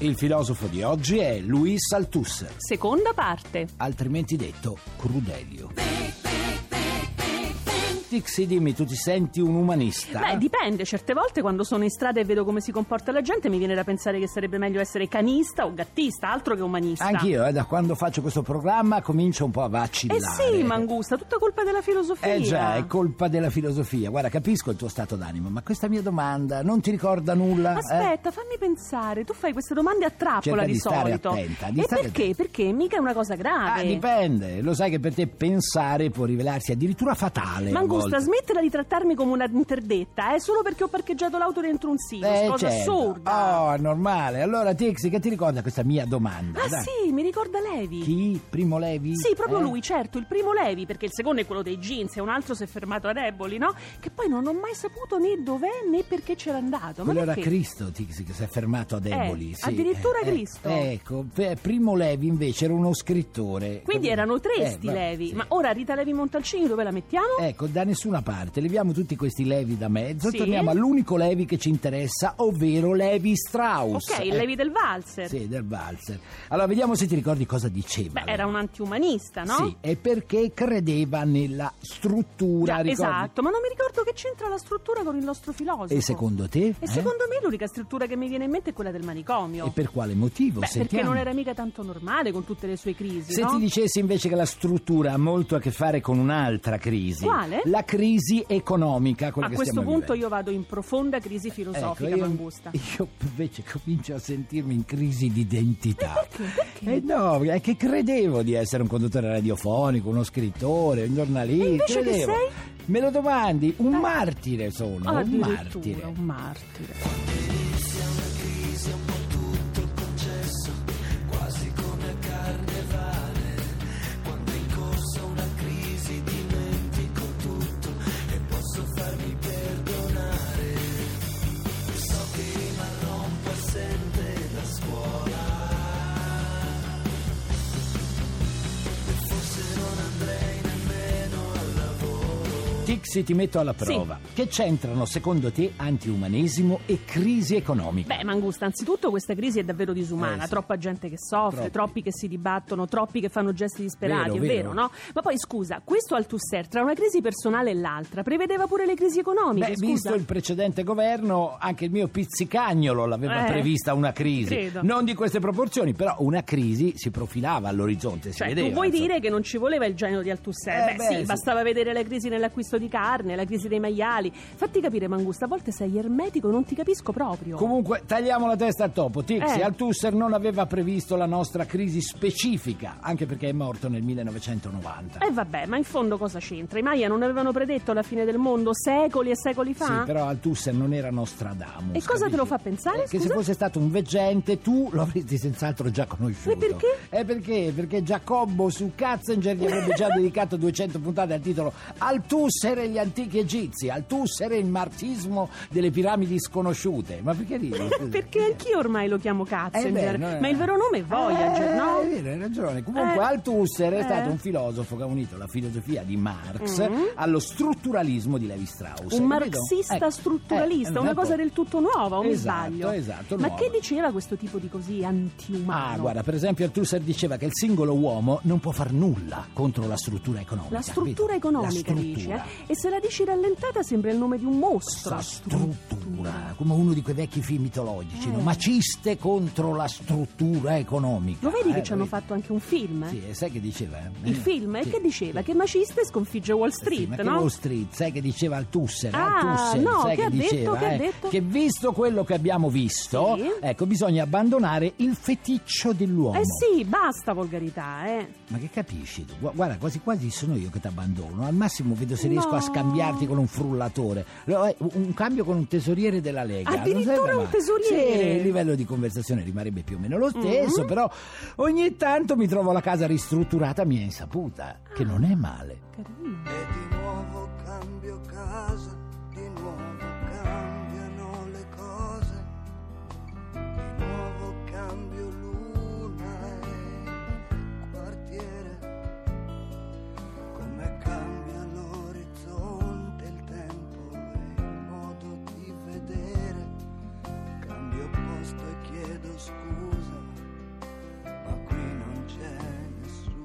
Il filosofo di oggi è Luis Althusser, Seconda parte. altrimenti detto Crudelio. Tixi, dimmi, tu ti senti un umanista? Beh, dipende, certe volte quando sono in strada e vedo come si comporta la gente mi viene da pensare che sarebbe meglio essere canista o gattista, altro che umanista. Anch'io, eh, da quando faccio questo programma comincio un po' a vacillare. Eh sì, Mangusta, tutta colpa della filosofia. Eh già, è colpa della filosofia. Guarda, capisco il tuo stato d'animo, ma questa mia domanda non ti ricorda nulla? eh? Aspetta, fammi pensare, tu fai queste domande a trappola Cerca di stare solito. attenta, di e stare perché? attenta. Perché mica è una cosa grave. Ah, dipende. Lo sai che per te pensare può rivelarsi addirittura fatale. a Mangusta, volte. smettila di trattarmi come una interdetta, è solo perché ho parcheggiato l'auto dentro un sito, Eh, cosa certo. assurda. Oh, è normale. Allora, Tixi, che ti ricorda questa mia domanda? ah Dai. sì, mi ricorda Levi. Chi? Primo Levi? Sì, proprio Eh? lui, certo, il primo Levi, perché il secondo è quello dei jeans e un altro si è fermato a Eboli, no? Che poi non ho mai saputo né dov'è né perché c'era andato. Ma Quello era perché? Eh, Cristo, Tixi, che si è fermato ad Eboli. sì. addirittura Eh, eh, Cristo. ecco, P- Primo Levi invece era uno scrittore. Quindi Capito? erano tre Eh, sti vabbè, Levi. sì. Ma ora Rita Levi Montalcini dove la mettiamo? Ecco, da nessuna parte, leviamo tutti questi levi da mezzo Sì. e torniamo all'unico levi che ci interessa, ovvero Levi Strauss. ok, il Eh, Levi del Valzer. Sì, del Walzer. Allora, vediamo se ti ricordi cosa diceva. Beh, era un antiumanista, no? Sì, e perché credeva nella struttura, Già, ricordi? esatto, ma non mi ricordo che c'entra la struttura con il nostro filosofo. E secondo te? E secondo me l'unica struttura che mi viene in mente è quella del manicomio. Eh? E per quale motivo? Beh, perché Sentiamo. non era mica tanto normale con tutte le sue crisi, Se no? ti dicessi invece che la struttura ha molto a che fare con un'altra crisi. Quale? La crisi economica, quella A che questo stiamo punto vivendo. io vado in profonda crisi filosofica, ecco, io, Mangusta. io invece comincio a sentirmi in crisi di identità. Perché? Perché? Eh no, è che credevo di essere un conduttore radiofonico, uno scrittore, un giornalista. E invece che credevo. sei? Ah. Me lo domandi, un martire sono, un Addirittura martire. un martire. Tixi, ti metto alla prova. Che c'entrano secondo te antiumanesimo e crisi economica? Beh, Mangusta, anzitutto questa crisi è davvero disumana. Eh, sì. Troppa gente che soffre, Troppi. troppi che si dibattono, troppi che fanno gesti disperati, Vero, è vero, vero. no? Ma poi scusa, questo Althusser tra una crisi personale e l'altra prevedeva pure le crisi economiche, Beh, scusa. visto il precedente governo, anche il mio pizzicagnolo l'aveva Eh, prevista una crisi. credo. Non di queste proporzioni, però una crisi si profilava all'orizzonte, si Cioè, vedeva. tu vuoi insomma. dire che non ci voleva il genio di Althusser? Eh, beh, beh, sì, sì. bastava vedere la crisi nell'acquisto di carne, la crisi dei maiali. Fatti capire, Mangusta, a volte sei ermetico, non ti capisco proprio. Comunque, tagliamo la testa al topo. Tixi, Certo. Eh. Althusser non aveva previsto la nostra crisi specifica, anche perché è morto nel 1990. E Eh, vabbè, ma in fondo cosa c'entra? I Maya non avevano predetto la fine del mondo secoli e secoli fa? Sì, però Althusser non era Nostradamus. E cosa te capisci? lo fa pensare, Eh, Che se scusa? fosse stato un veggente tu lo avresti senz'altro già conosciuto. E perché? Eh, perché? Perché Giacobbo su Katzinger gli avrebbe già dedicato 200 puntate al titolo Althusser e gli antichi egizi, Althusser e il marxismo delle piramidi sconosciute. Ma perché ridi? Perché anch'io ormai lo chiamo Katzinger, Eh beh, no, ma il vero nome è Voyager, Eh, no? È vero, hai ragione. Comunque, Eh. Althusser è Eh. stato un filosofo che ha unito la filosofia di Marx Mm. allo strutturalismo di Levi Strauss. Un Vedo? marxista Eh, strutturalista, eh, una un po'. cosa del tutto nuova, o mi Esatto, sbaglio? esatto, ma nuova. che diceva questo tipo di così antiumano? Ah, guarda, per esempio Althusser diceva che il singolo uomo non può far nulla contro la struttura economica. La struttura capito? economica, La dice. struttura. eh? E se la dici rallentata sembra il nome di un mostro. Sta struttura, come uno di quei vecchi film mitologici, Eh. no? maciste contro la struttura economica. Lo vedi che eh, ci hanno capito? fatto anche un film? eh? Sì, e sai che diceva? eh? Il Eh, film? E sì, che diceva? sì. Che Maciste sconfigge Wall Eh sì, Street, ma che no? Wall Street, sai che diceva Althusser, Ah, Althusser, no, sai che che, ha detto, diceva che ha eh, detto? che visto quello che abbiamo visto, Sì. ecco, bisogna abbandonare il feticcio dell'uomo. eh sì, basta volgarità, eh. Ma che capisci tu? Gu- Guarda, quasi quasi sono io che ti abbandono. Al massimo vedo se riesco No. a scambiarti con un frullatore. Lo- eh, Un cambio con un tesoriere della Lega. Non Addirittura sembra un male. tesoriere? Mm. Sì, il livello di conversazione rimarrebbe più o meno lo stesso, però ogni tanto mi trovo la casa ristrutturata a mia insaputa, Ah. che non è male. Carino. E di nuovo cambio casa, di nuovo cambiano le cose, di nuovo cambio luna e quartiere, come cambia l'orizzonte, il tempo e il modo di vedere, cambio posto e chiedo scusa ma qui non c'è nessuno come me.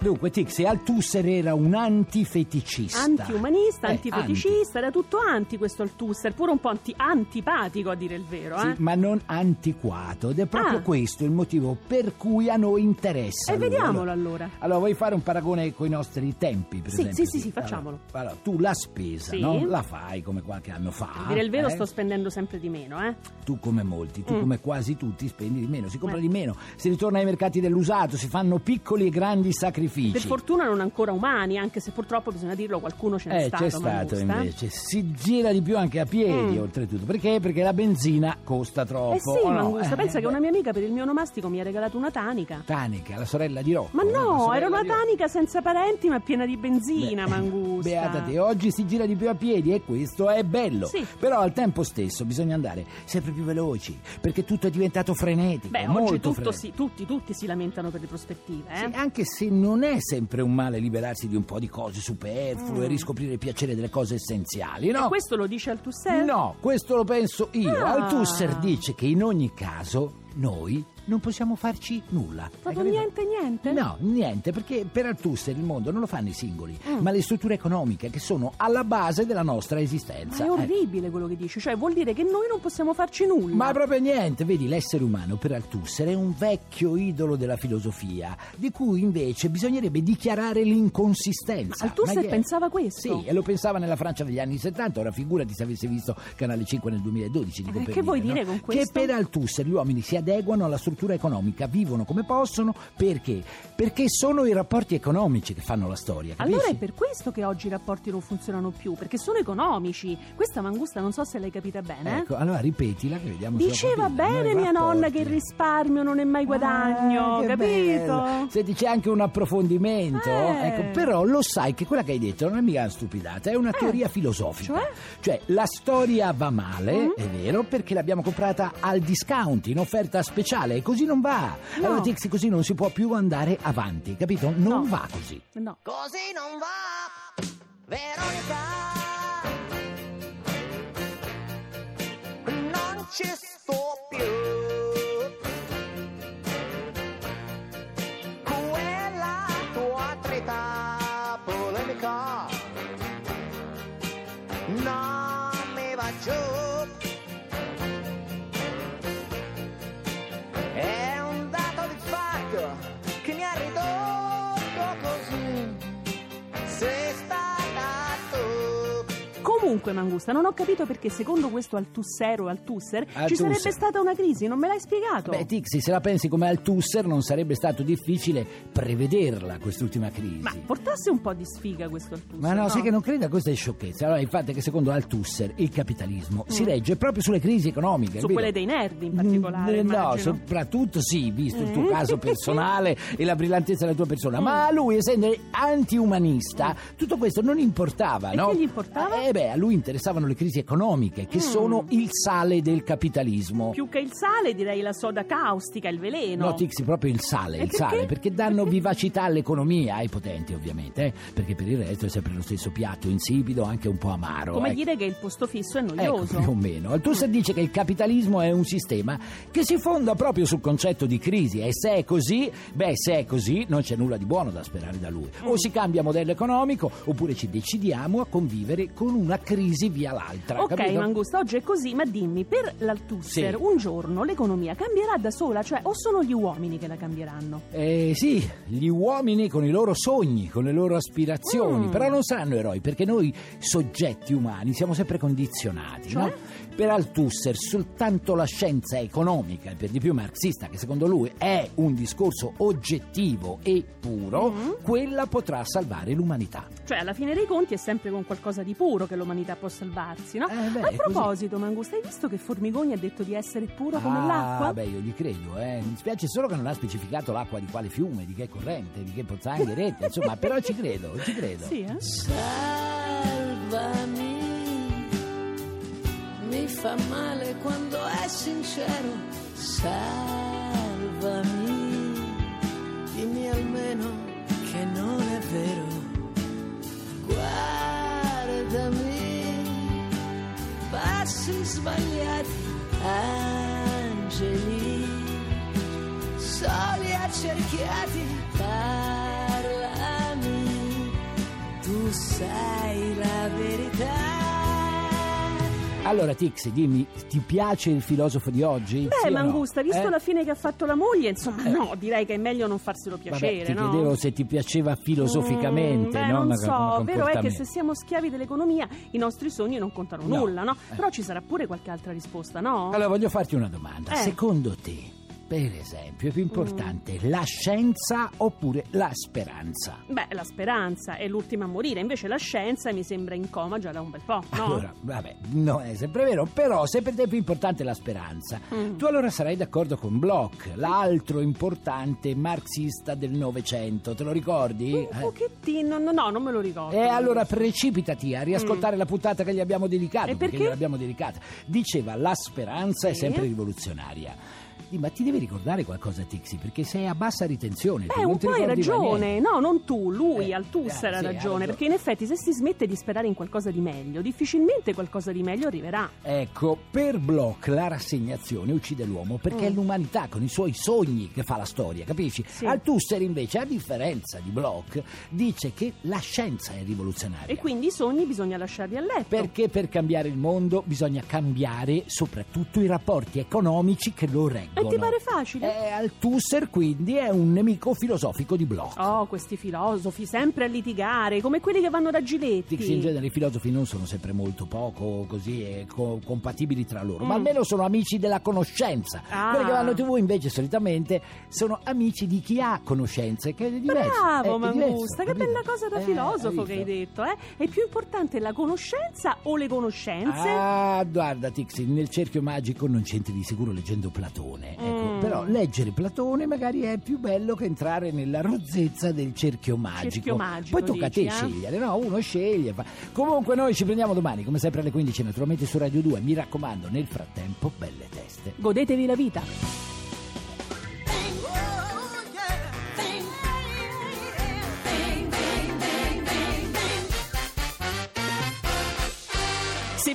Dunque, Tixi, Althusser era un antifeticista. Antiumanista, Eh, antifeticista, era tutto anti questo Althusser, pure un po' anti- antipatico a dire il vero, anti- eh. sì, ma non antiquato. Ed è proprio Ah. questo il motivo per cui a noi interessa. E lui. vediamolo allora. Allora, vuoi fare un paragone con i nostri tempi, per Sì, sì, esempio? sì, sì, facciamolo. Allora, allora, tu la spesa, Sì. no? La fai come qualche anno fa. A dire il vero eh? sto spendendo sempre di meno, eh. Tu come molti, tu Mm. come quasi tutti spendi di meno, si compra Eh. di meno, si ritorna ai mercati dell'usato, si fanno piccoli e grandi sacrifici. Per fortuna non ancora umani, anche se purtroppo bisogna dirlo qualcuno ce n'è Eh, stato. c'è Mangusta, stato eh. invece. Si gira di più anche a piedi, Mm. oltretutto. Perché? Perché la benzina costa troppo. Eh sì, o no? Mangusta, Eh, pensa che beh, una mia amica per il mio onomastico mi ha regalato una tanica. Tanica, la sorella di Rocco. Ma no? La no, sorella era una di Rocco. tanica senza parenti ma piena di benzina, Beh, Mangusta. Beata te, oggi si gira di più a piedi e questo è bello. Sì. Però al tempo stesso bisogna andare sempre più veloci, perché tutto è diventato frenetico. Beh, molto oggi tutto frenetico. si, tutti, tutti si lamentano per le prospettive, eh. Sì, anche se non è sempre un male liberarsi di un po' di cose superflue, Mm. riscoprire il piacere delle cose essenziali, E no? questo lo dice Althusser? No, questo lo penso io. Ah. Althusser dice che in ogni caso noi non possiamo farci nulla. Hai Proprio capito? niente, niente? No, niente, perché per Althusser il mondo non lo fanno i singoli, Mm. ma le strutture economiche che sono alla base della nostra Ma esistenza. è Eh. orribile quello che dici, cioè vuol dire che noi non possiamo farci nulla. Ma proprio niente, vedi, l'essere umano per Althusser è un vecchio idolo della filosofia, di cui invece bisognerebbe dichiarare l'inconsistenza. Ma Althusser chi è? pensava questo? Sì, e lo pensava nella Francia degli anni 70, ora figurati se avesse visto Canale 5 nel 2012. dico Eh, per che vuoi no? dire con questo? Che per Althusser gli uomini si adeguano alla struttura economica, vivono come possono, perché? Perché sono i rapporti economici che fanno la storia, Allora capisci? è per questo che oggi i rapporti non funzionano più, perché sono economici. Questa mangusta non so se l'hai capita bene. eh. Ecco, allora ripetila che vediamo se ho Diceva capito. bene Noi mia nonna che il rapporti. risparmio non è mai guadagno, Ah, che bello. capito? Senti, c'è anche un approfondimento. Eh. Ecco, però lo sai che quella che hai detto non è mica una stupidata, è una teoria filosofica. Eh. Cioè? la storia va male, Mm. è vero, perché l'abbiamo comprata al discount, in offerta speciale, e così non va. No. Allora, Tixi, così non si può più andare avanti, capito? Non No. va così. No. Così non va, Veronica. Non ci sto più. Quella tua treta polemica. Non mi va giù. È un dato di fatto che mi ha ridotto così. Sei stata tu. Comunque, Mangusta, non ho capito perché secondo questo Althusser o Althusser ci Althusser. sarebbe stata una crisi, non me l'hai spiegato. Beh, Tixi, se la pensi come Althusser, non sarebbe stato difficile prevederla quest'ultima crisi. Ma portasse un po' di sfiga questo Althusser. Ma no, no? sai che non creda a queste sciocchezze. Allora, il fatto è che secondo Althusser il capitalismo si Mm. regge proprio sulle crisi economiche. Su capito? quelle dei nerdi in particolare. Mm, No, immagino. soprattutto sì, visto il tuo Eh. caso personale e la brillantezza della tua persona. Mm. Ma a lui, essendo antiumanista, tutto questo non importava, E no? che gli importava? Eh beh, a lui interessavano le crisi economiche, che Mm. sono il sale del capitalismo. Più che il sale, direi la soda caustica, il veleno. No, Tixi, proprio il sale, E il sale, perché? perché danno vivacità all'economia, ai potenti ovviamente, eh, perché per il resto è sempre lo stesso piatto, insipido, anche un po' amaro. Come ecco. dire che il posto fisso è Ecco, noioso. più o meno. Althusser dice che il capitalismo è un sistema che si fonda proprio sul concetto di crisi e se è così, beh, se è così non c'è nulla di Mm. buono da sperare da lui. O si cambia modello economico oppure ci decidiamo a convivere con una crisi via l'altra. Ok, capito? Mangusta, oggi è così, ma dimmi, per l'Althusser Sì. un giorno l'economia cambierà da sola, cioè o sono gli uomini che la cambieranno? Eh sì, gli uomini con i loro sogni, con le loro aspirazioni, Mm. però non saranno eroi perché noi soggetti umani siamo sempre condizionati, Cioè? no? Per Althusser soltanto la scienza economica, e per di più marxista, che secondo lui è un discorso oggettivo e puro, Mm. quella potrà salvare l'umanità. Cioè, alla fine dei conti è sempre con qualcosa di puro che l'umanità può salvarsi, no? Eh, beh, A è così. proposito, Mangusta, hai visto che Formigoni ha detto di essere puro come ah, l'acqua? beh, io gli credo, eh. Mi spiace solo che non ha specificato l'acqua di quale fiume, di che corrente, di che pozzangherette, insomma, però ci credo, ci credo. Sì, eh? Salvami, mi fa male quando è sincero. Salvami, dimmi almeno che non è vero. Guardami, passi sbagliati, angeli, soli accerchiati, parlami tu sai la verità. Allora, Tixi, dimmi, ti piace il filosofo di oggi? Beh, Sì o no? Mangusta, visto Eh? la fine che ha fatto la moglie, insomma, no, direi che è meglio non farselo piacere, Vabbè, ti no? chiedevo se ti piaceva filosoficamente, Mm, beh, non, non come so, vero è che comportamento. se siamo schiavi dell'economia i nostri sogni non contano No. nulla, no? Eh. Però ci sarà pure qualche altra risposta, no? Allora, voglio farti una domanda. Eh. Secondo te, per esempio, è più importante Mm. la scienza oppure la speranza? Beh, la speranza è l'ultima a morire, invece la scienza mi sembra in coma già da un bel po', no? Allora, vabbè, non è sempre vero, però se per te è più importante la speranza, Mm. tu allora sarai d'accordo con Bloch, l'altro importante marxista del Novecento, te lo ricordi? Un Eh. pochettino, no, no, non me lo ricordo. E Eh, allora precipitati a riascoltare la puntata che gli abbiamo dedicato. Mm. E perché? gliel'abbiamo dedicata. Diceva la speranza è Sì. sempre rivoluzionaria. Dì, Ma ti devi ricordare qualcosa, Tixi, perché sei a bassa ritenzione. tu Beh, non Eh, un ti po' hai ricordi mai ragione, niente. no, non tu, lui, Eh, Althusser eh, ha sì, ha ragione, ragione. perché in effetti se si smette di sperare in qualcosa di meglio, difficilmente qualcosa di meglio arriverà. Ecco, per Bloch la rassegnazione uccide l'uomo perché è Mm. l'umanità con i suoi sogni che fa la storia, capisci? Sì. Althusser invece, a differenza di Bloch, dice che la scienza è rivoluzionaria. E quindi i sogni bisogna lasciarli a letto. Perché per cambiare il mondo bisogna cambiare soprattutto i rapporti economici che lo reggono. E ti pare facile? Eh, Althusser quindi è un nemico filosofico di Bloch. Oh, questi filosofi sempre a litigare, come quelli che vanno da Giletti. In genere i filosofi non sono sempre molto poco così eh, co- compatibili tra loro, Mm. ma almeno sono amici della conoscenza. Ah. Quelli che vanno in tv invece solitamente sono amici di chi ha conoscenze, che è diverso. Bravo, è- è diverso, Mangusta, che capito? bella cosa da Eh, filosofo che capito? hai detto, eh? È più importante la conoscenza o le conoscenze? Ah, guarda Tixi, nel cerchio magico non c'entri di sicuro leggendo Platone. Ecco, Mm. però leggere Platone magari è più bello che entrare nella rozzezza del cerchio magico. Cerchio magico, Poi tocca dici, a te eh? scegliere, no? Uno sceglie. fa- Comunque noi ci prendiamo domani, come sempre alle 15, naturalmente su Radio 2. Mi raccomando, nel frattempo, belle teste. Godetevi la vita. Se